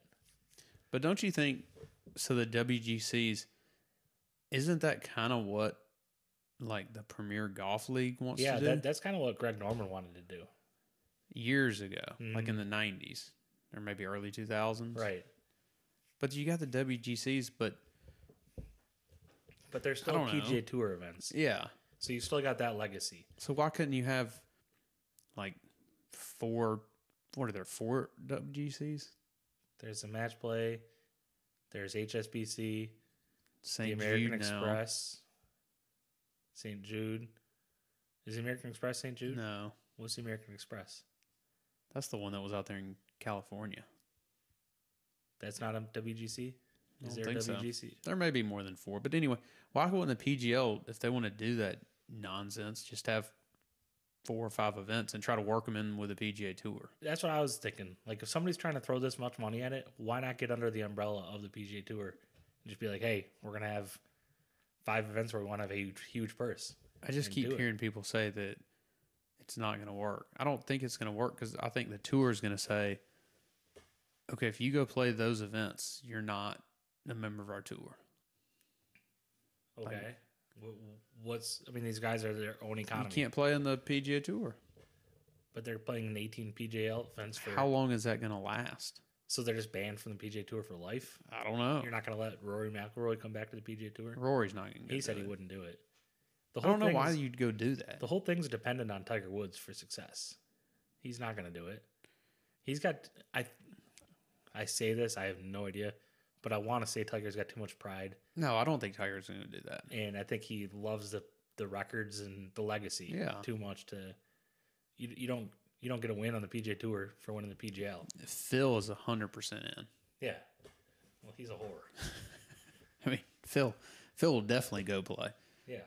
B: But don't you think so? The WGCs isn't that kind of what like the Premier Golf League wants
C: yeah,
B: to do?
C: that, that's kind of what Greg Norman wanted to do.
B: years ago, like in the 90s or maybe early 2000s.
C: Mm. Right.
B: But you got the WGCs, but
C: But there's still
B: don't know.
C: PGA Tour events.
B: yeah.
C: So you still got that legacy.
B: So why couldn't you have like four, what are there, four WGCs?
C: There's the match play, there's HSBC,
B: St.
C: the American
B: Jude now.
C: Express, St. Jude. Is the American Express St. Jude?
B: No,
C: What's the American Express?
B: that's the one that was out there in California.
C: That's not a WGC?
B: I don't
C: Is there a
B: think so.
C: WGC?
B: There may be more than four, but anyway, why wouldn't the PGL, if they want to do that nonsense, just have four or five events and try to work them in with the PGA Tour?
C: That's what I was thinking. Like, if somebody's trying to throw this much money at it, why not get under the umbrella of the PGA Tour and just be like, hey, we're going to have five events where we want to have a huge, huge purse.
B: I just
C: and
B: keep
C: do it.
B: hearing people say that it's not going to work. I don't think it's going to work because I think the tour is going to say, okay, if you go play those events, you're not a member of our tour.
C: Okay. Wh- What's I mean? These guys are their own economy,
B: You can't play on the PGA Tour.
C: but they're playing an 18 PGA events for
B: How long is that going to last?
C: so they're just banned from the PGA Tour for life.
B: I don't know.
C: You're not going to let Rory McIlroy come back to the PGA Tour.
B: Rory's not going to.
C: He said he wouldn't do it. The
B: I don't know
C: thing
B: why
C: is-
B: you'd go do that.
C: the whole thing's dependent on Tiger Woods for success. He's not going to do it. He's got I I say this, I have no idea, but I want to say Tiger's got too much pride
B: No, I don't think Tiger's going to do that.
C: and I think he loves the the records and the legacy
B: Yeah.
C: too much to you, you don't you don't get a win on the PJ Tour for winning the PGL.
B: Phil is hundred percent in.
C: Yeah. Well, he's a whore.
B: I mean, Phil, Phil will definitely go play.
C: Yeah.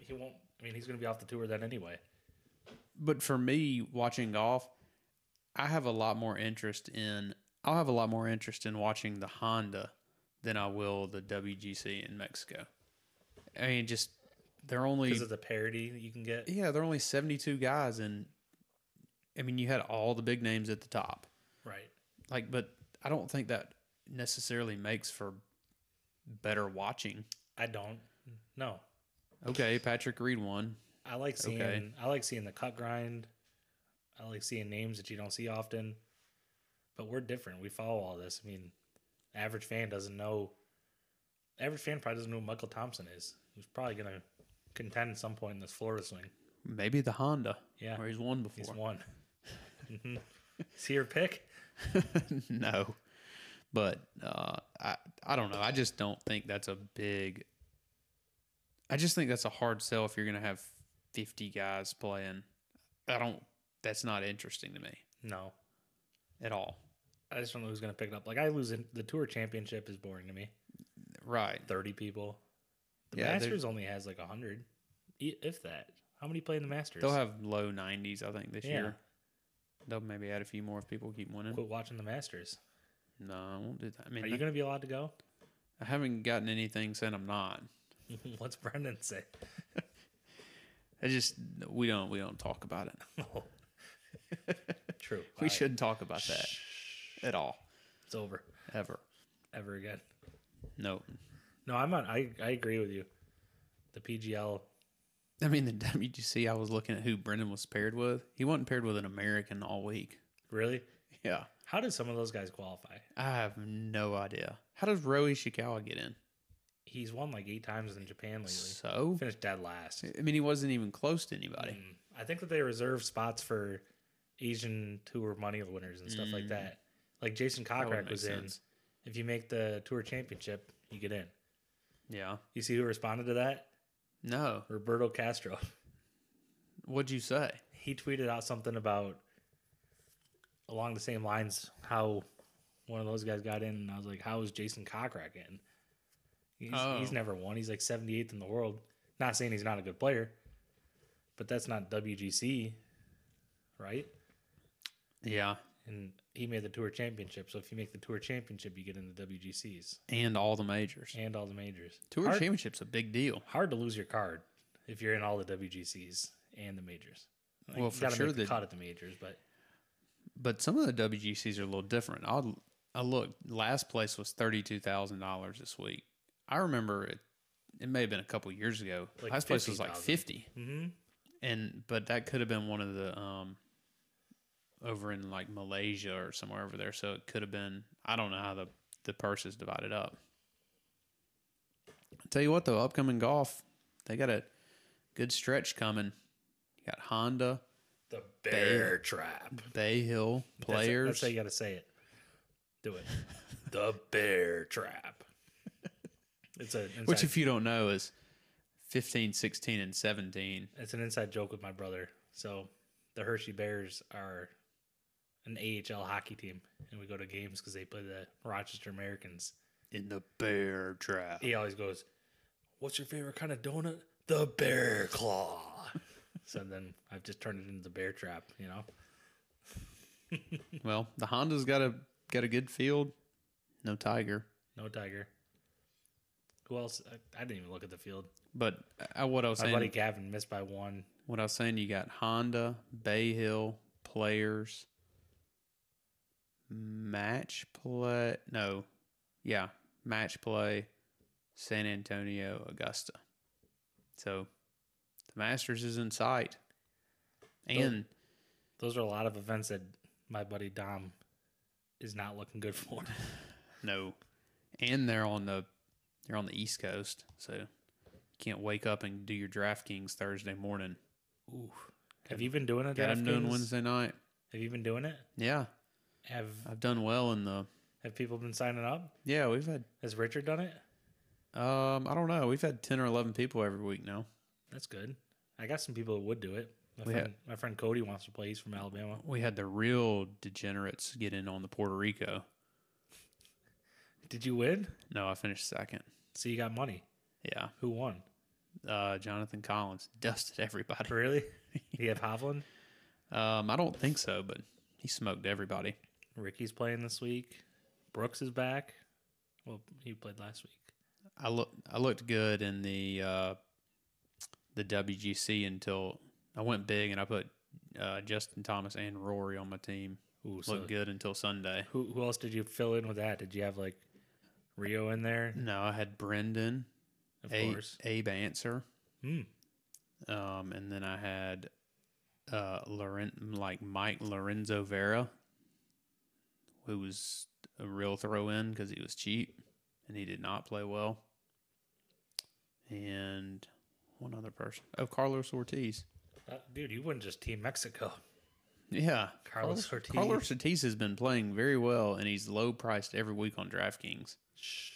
C: He won't I mean, he's going to be off the tour then anyway.
B: But for me, watching golf, I have a lot more interest in. I'll have a lot more interest in watching the Honda than I will the WGC in Mexico. I mean, just they're only
C: Because of the parity that you can get.
B: yeah, they're only seventy-two guys, and I mean, you had all the big names at the top.
C: Right.
B: Like, but I don't think that necessarily makes for better watching.
C: I don't. No.
B: Okay, Patrick Reed won.
C: I like seeing
B: Okay.
C: I like seeing the cut grind. I like seeing names that you don't see often. But we're different. We follow all this. I mean, average fan doesn't know average fan probably doesn't know who Michael Thompson is. He's probably gonna contend at some point in this Florida swing.
B: Maybe the Honda.
C: Yeah.
B: Where he's won before.
C: He's won. Mhm. is he your pick?
B: no. But uh, I I don't know. I just don't think that's a big. I just think that's a hard sell if you're going to have 50 guys playing. I don't. That's not interesting to me
C: No.
B: at all.
C: I just don't know who's gonna pick it up. Like I lose in, the tour championship is boring to me.
B: Right.
C: Thirty people. The
B: Yeah, they're-
C: Masters only has like hundred, e, if that. How many play in the Masters?
B: They'll have low 90s, I think, this
C: Yeah.
B: year. They'll maybe add a few more if people keep winning.
C: quit watching the Masters.
B: No, I won't do that. I mean,
C: Are you going to be allowed to go?
B: I haven't gotten anything saying I'm not.
C: What's Brendan say?
B: I just we don't we don't talk about it.
C: Oh. True.
B: We
C: All right.
B: shouldn't talk about that at all
C: It's over
B: ever.
C: ever again.
B: No,
C: No, I'm on. I I agree with you. The PGL.
B: I mean the WGC. I was looking at who Brendan was paired with. He wasn't paired with an American all week.
C: Really?
B: Yeah,
C: How did some of those guys qualify?
B: I have no idea. How does Roe Ishikawa get in?
C: He's won like eight times in Japan lately.
B: So
C: Finished dead last.
B: I mean, he wasn't even close to anybody.
C: Mm. I think that they reserve spots for Asian tour money winners and stuff like that. Like Jason
B: Mm. would
C: Kokrak
B: make
C: was
B: sense.
C: in. If you make the tour championship, you get in.
B: Yeah.
C: You see who responded to that?
B: No.
C: Roberto Castro.
B: What'd you say?
C: he tweeted out something about along the same lines how one of those guys got in and I was like, How is Jason Kokrak in? He's,
B: Oh.
C: he's never won. He's like seventy eighth in the world. Not saying he's not a good player, but that's not WGC, right?
B: Yeah.
C: And he made the tour championship. So if you make the tour championship, you get into WGCs
B: And all the majors.
C: and all the majors.
B: Tour
C: hard,
B: championship's a big deal.
C: hard to lose your card if you're in all the WGCs and the majors. Like,
B: Well,
C: you
B: for
C: gotta
B: sure
C: make the
B: that-
C: cut at the majors, but
B: But some of the WGCs are a little different. I'll, I looked. Last place was thirty two thousand dollars this week. I remember it. It may have been a couple years ago.
C: Like
B: last place was like
C: 50,000.
B: fifty,
C: hmm
B: and but that could have been one of the um, over in like Malaysia or somewhere over there. So it could have been. I don't know how the the purse is divided up. tell you what, though, upcoming golf, they got a good stretch coming. You got Honda,
C: The
B: Bear.
C: trap. That's-
B: Bay Hill, players.
C: That's, how you got to say it. Do it. the bear trap. It's a inside,
B: Which, if you don't know, is 15, 16, and 17.
C: it's an inside joke with my brother. So the Hershey Bears are an AHL hockey team, and we go to games because they play the Rochester Americans.
B: In the bear trap.
C: He always goes, "What's your favorite kind of donut?" The bear claw. so then I've just turned it into the bear trap. You know.
B: Well, the Honda's got a got a good field. No Tiger.
C: No tiger. Who else? I, I didn't even look at the field.
B: But uh, what I was
C: My
B: saying,
C: buddy Gavin missed by one.
B: what I was saying, you got Honda, Bay Hill, players, match play. No, yeah, match play, San Antonio, Augusta. So the Masters is in sight, and
C: Those are a lot of events that my buddy Dom is not looking good for.
B: no, and they're on the they're on the East Coast, so you can't wake up and do your DraftKings Thursday morning.
C: Ooh. Have you been doing it?
B: Got them doing
C: DraftKings?
B: Wednesday night.
C: Have you been doing it?
B: Yeah,
C: Have
B: I've done well in the.
C: Have people been signing up?
B: Yeah, we've had
C: Has Richard done it?
B: Um, I don't know. We've had ten or eleven people every week now.
C: That's good. I got some people that would do it. My
B: We
C: friend, my friend Cody wants to play. He's from Alabama.
B: We had the real degenerates get in on the Puerto Rico.
C: Did you win?
B: No, I finished second.
C: So you got money.
B: Yeah,
C: Who won?
B: uh, Jonathan Collins dusted everybody.
C: Really? you have Hovland.
B: Um, I don't think so, but he smoked everybody.
C: Ricky's playing this week. Brooks is back. Well, he played last week.
B: I look, I looked good in the uh, the WGC until I went big and I put uh, Justin Thomas and Rory on my team.
C: Ooh, so
B: Looked good until Sunday.
C: Who, who else did you fill in with that? Did you have like Rio in there?
B: No, I had Brendan,
C: Of
B: Abe,
C: course.
B: Abe Answer.
C: Hmm.
B: Um, and then I had uh Loren- like Mike Lorenzo Vera, who was a real throw in because he was cheap and he did not play well. And one other person. Oh, Carlos Ortiz.
C: Uh, dude, you wouldn't just team Mexico.
B: Yeah.
C: Carlos Ortiz.
B: Carlos Ortiz has been playing very well and he's low priced every week on DraftKings.
C: Shh.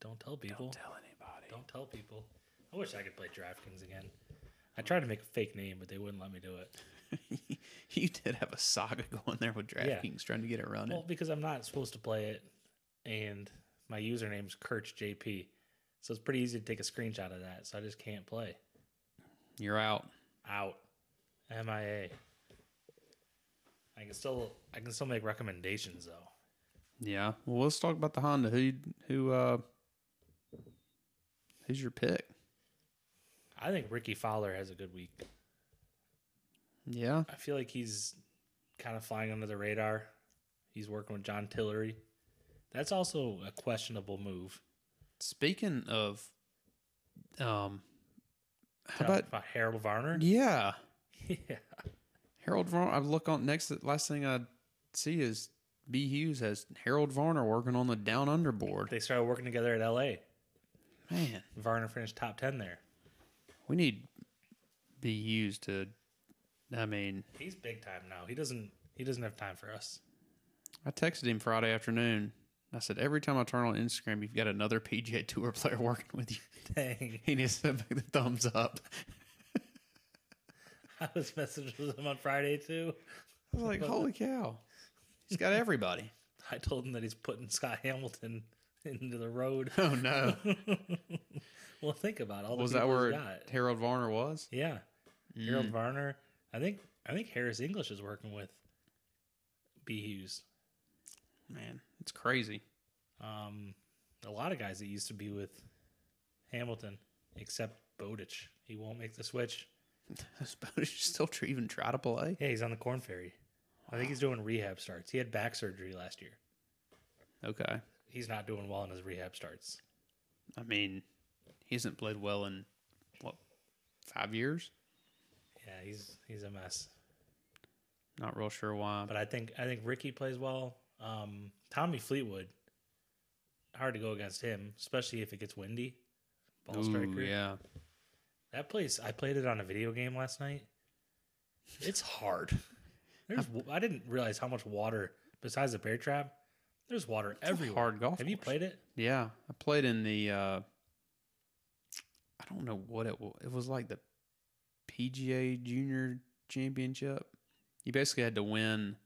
C: Don't tell people. Don't tell,
B: Tell anybody.
C: people. I wish I could play DraftKings again. I tried to make a fake name, but they wouldn't let me do it.
B: you did have a saga going there with
C: Yeah.
B: DraftKings trying to get it running.
C: Well, because I'm not supposed to play it, and my username's KurchJP. So it's pretty easy to take a screenshot of that. So I just can't play.
B: You're out.
C: out. MIA. I can still I can still make recommendations though.
B: Yeah. Well, let's talk about the Honda. Who who uh who's your pick?
C: I think Ricky Fowler has a good week.
B: Yeah.
C: I feel like he's kind of flying under the radar. He's working with John Tillery. That's also a questionable move.
B: Speaking of um how
C: Talking
B: about
C: Harold Varner?
B: yeah.
C: Yeah.
B: Harold Varner I look on next last thing I see is B Hughes has Harold Varner working on the down under board.
C: They started working together at LA.
B: Man,
C: Varner finished top ten there.
B: we need B Hughes to I mean,
C: He's big time now. He doesn't he doesn't have time for us.
B: I texted him Friday afternoon. I said every time I turn on Instagram, you've got another PGA Tour player working with you.
C: Dang.
B: He just sent back the thumbs up.
C: I was messaging with him on Friday too.
B: I was like, holy cow. He's got everybody.
C: I told him that he's putting Scott Hamilton into the road.
B: Oh, no.
C: well, think about all the
B: was
C: people
B: that
C: he's
B: where
C: got.
B: Harold Varner was?
C: Yeah, Harold Varner. I think I think Harris English is working with B Hughes.
B: Mm, Man, it's crazy.
C: Um, a lot of guys that used to be with Hamilton, except Bowditch. He won't make the switch.
B: Does Bowditch still tr- even try to play?
C: Yeah, he's on the Corn Ferry. I think he's doing rehab starts. He had back surgery last year.
B: Okay.
C: He's not doing well in his rehab starts.
B: I mean, he hasn't played well in, what, five years?
C: Yeah, he's he's a mess.
B: Not real sure why.
C: But I think I think Ricky plays well. Um, Tommy Fleetwood, hard to go against him, especially if it gets windy. Ball
B: Ooh,
C: striker.
B: yeah.
C: That place. I played it on a video game last night. It's hard. There's. w- I didn't realize how much water. Besides the bear trap, there's water everywhere.
B: hard golf
C: Have you
B: course.
C: played it?
B: Yeah. I played in the, uh, I don't know what it was. It was like the PGA Junior Championship. You basically had to win.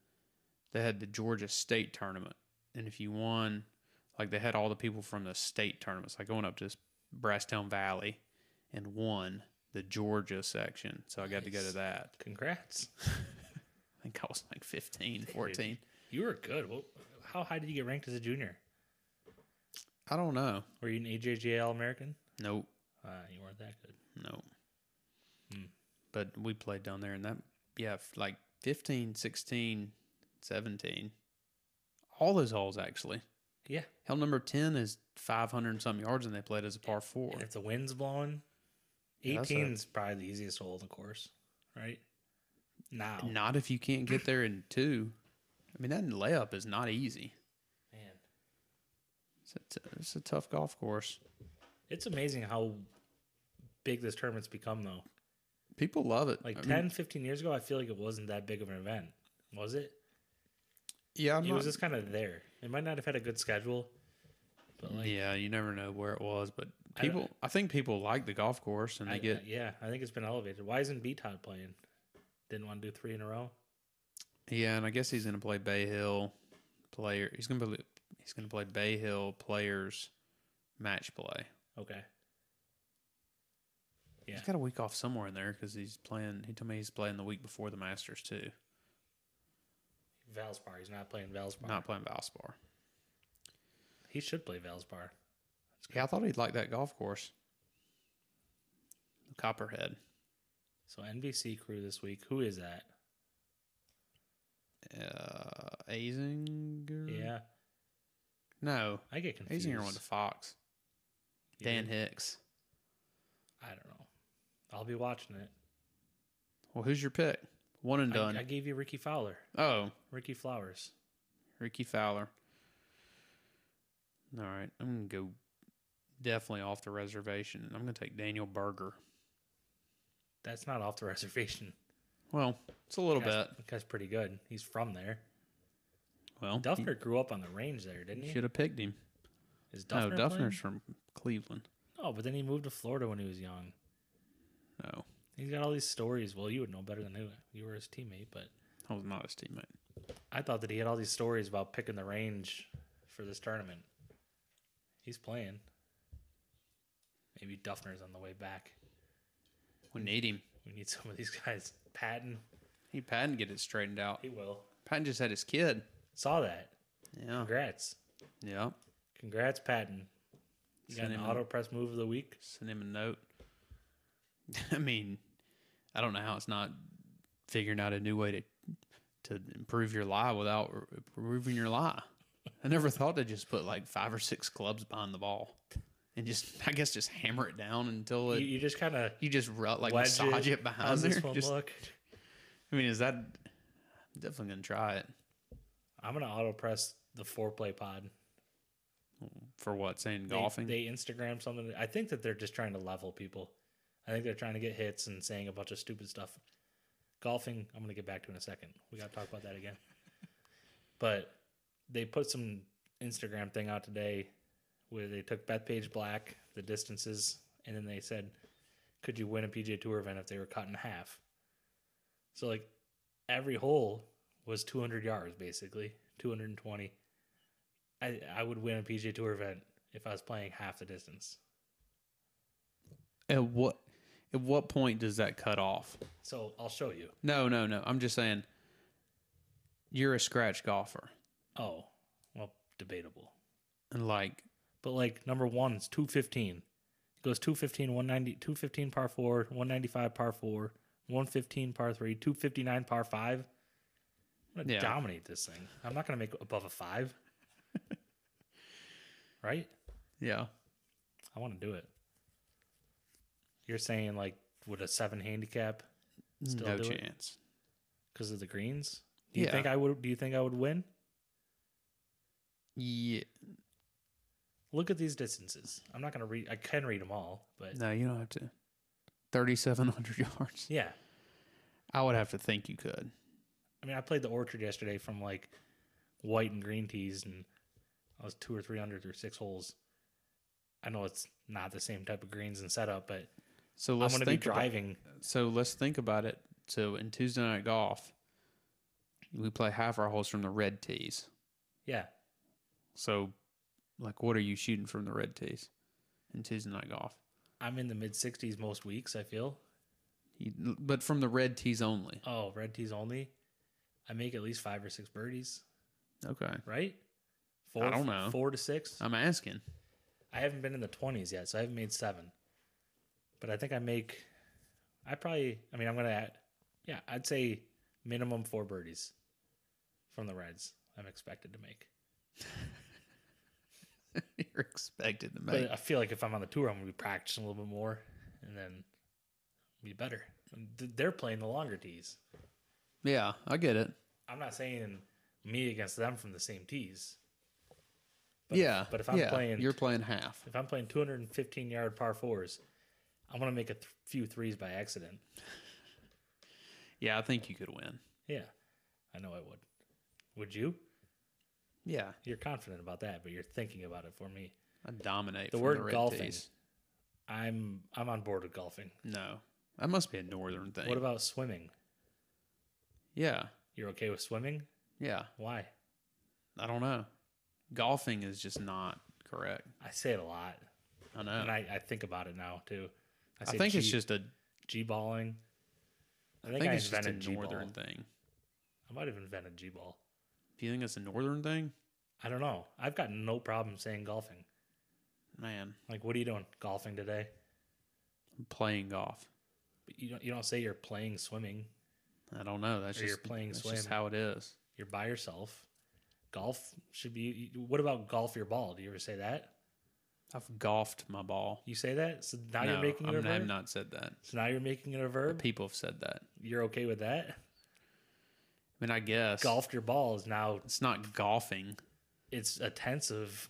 B: They had the Georgia State tournament, and if you won, like they had all the people from the state tournaments, like going up to Brasstown Valley, and won the Georgia section. So I got to go
C: Nice.
B: to that.
C: Congrats.
B: I think I was like 15, 14.
C: You were good. Well, how high did you get ranked as a junior?
B: I don't know.
C: Were you an AJJ All American?
B: Nope.
C: Uh, you weren't that good.
B: Nope.
C: Hmm.
B: But we played down there, and that, yeah, f- like 15, 16, 17. All those holes, actually.
C: Yeah.
B: Hell number 10 is 500 and some yards, and they played as a par four.
C: And if the wind's blowing,
B: Yeah, that's a-
C: 18 is probably the easiest hole in the course, right? Now,
B: Not if you can't get there in two. I mean, that layup is not easy.
C: man,
B: It's a, t- it's a tough golf course.
C: it's amazing how big this tournament's become, though.
B: People love it.
C: Like
B: I mean,
C: 10, 15 years ago, I feel like it wasn't that big of an event, was it?
B: yeah, I'm
C: it
B: not,
C: was just kind of there. It might not have had a good schedule, but like,
B: yeah, you never know where it was, but
C: I don't-
B: people, I, think people like the golf course, and they
C: I,
B: get
C: yeah, I think it's been elevated. Why isn't B Todd playing? Didn't want to do three in a row.
B: Yeah, and I guess he's gonna play Bay Hill player. He's gonna play, he's gonna play Bay Hill players match play.
C: Okay, Yeah.
B: He's got a week off somewhere in there because he's playing. He told me he's playing the week before the Masters too.
C: Valspar. He's not playing Valspar.
B: Not playing Valspar.
C: He should play Valspar.
B: Yeah, I thought he'd like that golf course. The Copperhead.
C: So NBC crew this week. Who is that?
B: Uh, Azinger.
C: Yeah,
B: No,
C: I get confused.
B: Azinger went to Fox.
C: You
B: Dan
C: do?
B: Hicks.
C: I don't know. I'll be watching it.
B: Well, who's your pick? One and
C: I-
B: done.
C: I, gave you Ricky Fowler,
B: oh,
C: Ricky Flowers.
B: Ricky Fowler. All right, I'm gonna go definitely off the reservation. I'm gonna take Daniel Berger.
C: That's not off the reservation.
B: Well, it's a little
C: Guy's-
B: bit.
C: Guy's pretty good. He's from there.
B: Well,
C: Duffner grew up on the range there, didn't he?
B: should have picked him.
C: Is Duffner
B: no,
C: playing?
B: Duffner's from Cleveland.
C: No, but then he moved to Florida when he was young.
B: No,
C: He's got all these stories. Well, you would know better than who you were his teammate, but
B: I was not his teammate.
C: I thought that he had all these stories about picking the range for this tournament. He's playing. Maybe Duffner's on the way back.
B: We need him.
C: We need some of these guys. Patton,
B: He Patton get it straightened out.
C: he will.
B: Patton just had his kid.
C: Saw that.
B: Yeah,
C: Congrats.
B: yeah.
C: Congrats, Patton. You got
B: Send
C: an
B: him a-
C: auto press move of the week.
B: Send him a note. I mean, I don't know how it's not figuring out a new way to to improve your lie without r- improving your lie. I never thought to just put like five or six clubs behind the ball and just, I guess, just hammer it down until
C: You,
B: it. You,
C: you just kind of
B: just ru- like
C: wedge
B: massage it, behind
C: How's
B: there.
C: this one
B: Just-
C: look?
B: I mean, is that I'm definitely gonna try it
C: I'm gonna auto press the four play pod.
B: for what? Saying
C: They-
B: golfing?
C: They, Instagram something. I think that they're just trying to level people. I think they're trying to get hits and saying a bunch of stupid stuff. Golfing, I'm going to get back to in a second. We got to talk about that again. but they put some Instagram thing out today where they took Bethpage Black, the distances, and then they said, could you win a PGA Tour event if they were cut in half? So, like, every hole was 200 yards, basically, 220. I, I would win a PGA Tour event if I was playing half the distance.
B: at what? At what point does that cut off?
C: So I'll show you.
B: No, no, no. I'm just saying, you're a scratch golfer,
C: Oh, well, debatable.
B: and like
C: But like number one is 215. It goes 215, 190, 215 par four, 195 par four, 115 par three, 259 par five. I'm going to
B: Yeah.
C: dominate this thing. I'm not going to make above a five. right?
B: Yeah.
C: I want to do it. You're saying like with a seven handicap Still
B: no
C: do it?
B: chance.
C: because of the greens? Do you
B: Yeah.
C: think I would? Do you think I would win?
B: Yeah.
C: Look at these distances. I'm not gonna read. I can read them all, but
B: No, you don't have to. 3,700 yards.
C: yeah.
B: I would have to think you could.
C: I mean, I played the orchard yesterday from like white and green tees, and I was two or three under through six holes. I know it's not the same type of greens and setup, but
B: So
C: I'm
B: let's
C: gonna be
B: think
C: driving.
B: About, so let's think about it. So in Tuesday night golf, we play half our holes from the red tees.
C: Yeah,
B: So, like, what are you shooting from the red tees in Tuesday night golf?
C: I'm in the mid 60s most weeks. I feel.
B: You, but from the red tees only.
C: Oh, red tees only. I make at least five or six birdies,
B: Okay.
C: right? Four,
B: don't know.
C: Four to six.
B: I'm asking.
C: I haven't been in the 20s yet, so I haven't made seven. But I think I make, I probably, I mean, I'm going to, add yeah, I'd say minimum four birdies from the Reds I'm expected to make.
B: You're expected to make.
C: But uh, I feel like if I'm on the tour, I'm going to be practicing a little bit more and then be better. And th- They're playing the longer tees.
B: yeah, I get it.
C: I'm not saying me against them from the same tees.
B: yeah,
C: but if I'm
B: yeah,
C: playing-
B: you're playing half.
C: If I'm playing 215 yard par fours, I'm going to make a th- few threes by accident.
B: Yeah, I think you could win.
C: Yeah, I know I would. Would you?
B: Yeah,
C: You're confident about that, but you're thinking about it for me.
B: I dominate.
C: The
B: from
C: word
B: red
C: golfing.
B: tees.
C: I'm I'm on board with golfing.
B: No, that must be a northern thing.
C: What about swimming?
B: yeah,
C: You're okay with swimming?
B: yeah.
C: Why?
B: I don't know. Golfing is just not correct.
C: I say it a lot,
B: I know.
C: and
B: I,
C: I, I think about it now too. I, say
B: think it's
C: G-
B: just a.
C: g balling. I
B: I
C: think I,
B: think it's just a
C: invented g ball.
B: northern thing.
C: I might have invented g ball.
B: Do you think it's a northern thing?
C: I don't know. I've got no problem saying golfing.
B: Man,
C: Like, what are you doing golfing today?
B: I'm playing golf.
C: But you don't you don't say you're playing swimming.
B: I don't know. That's
C: Or you're
B: just
C: playing
B: that's just
C: swim.
B: how it is.
C: You're by yourself. Golf should be. What about golf your ball? Do you ever say that?
B: I've golfed my ball.
C: You say that. So now you're
B: No,
C: making it
B: I'm-
C: a
B: I
C: verb.
B: have not said that.
C: so now you're making it a verb.
B: People have said that.
C: You're okay with that?
B: I mean, I guess
C: Golfed your ball is now.
B: It's not golfing.
C: It's a tense of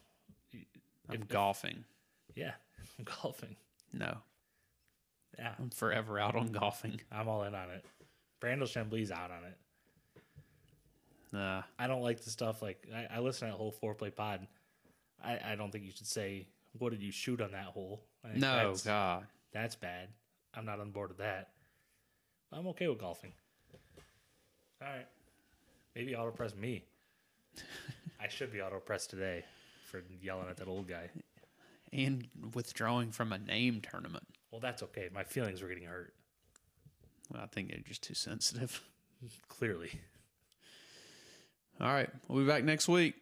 B: I'm
C: If-
B: golfing.
C: yeah. I'm golfing.
B: No,
C: Yeah.
B: I'm forever out on golfing.
C: I'm all in on it. Brandel Chambly's out on it.
B: Nah,
C: I don't like the stuff like I, I listen to that whole foreplay pod. I, I don't think you should say what did you shoot on that hole. I think
B: no,
C: that's,
B: God.
C: that's bad. I'm not on board with that. I'm okay with golfing. All right, maybe auto press me. I should be auto pressed today for yelling at that old guy.
B: And withdrawing from a name tournament.
C: Well, that's okay. My feelings were getting hurt.
B: Well, I think they're just too sensitive.
C: Clearly,
B: All right, we'll be back next week.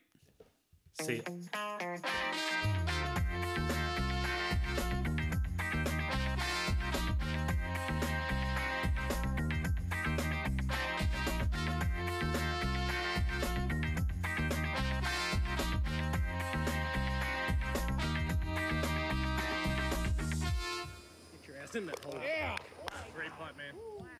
C: see. ya.
A: Get your ass in that hole.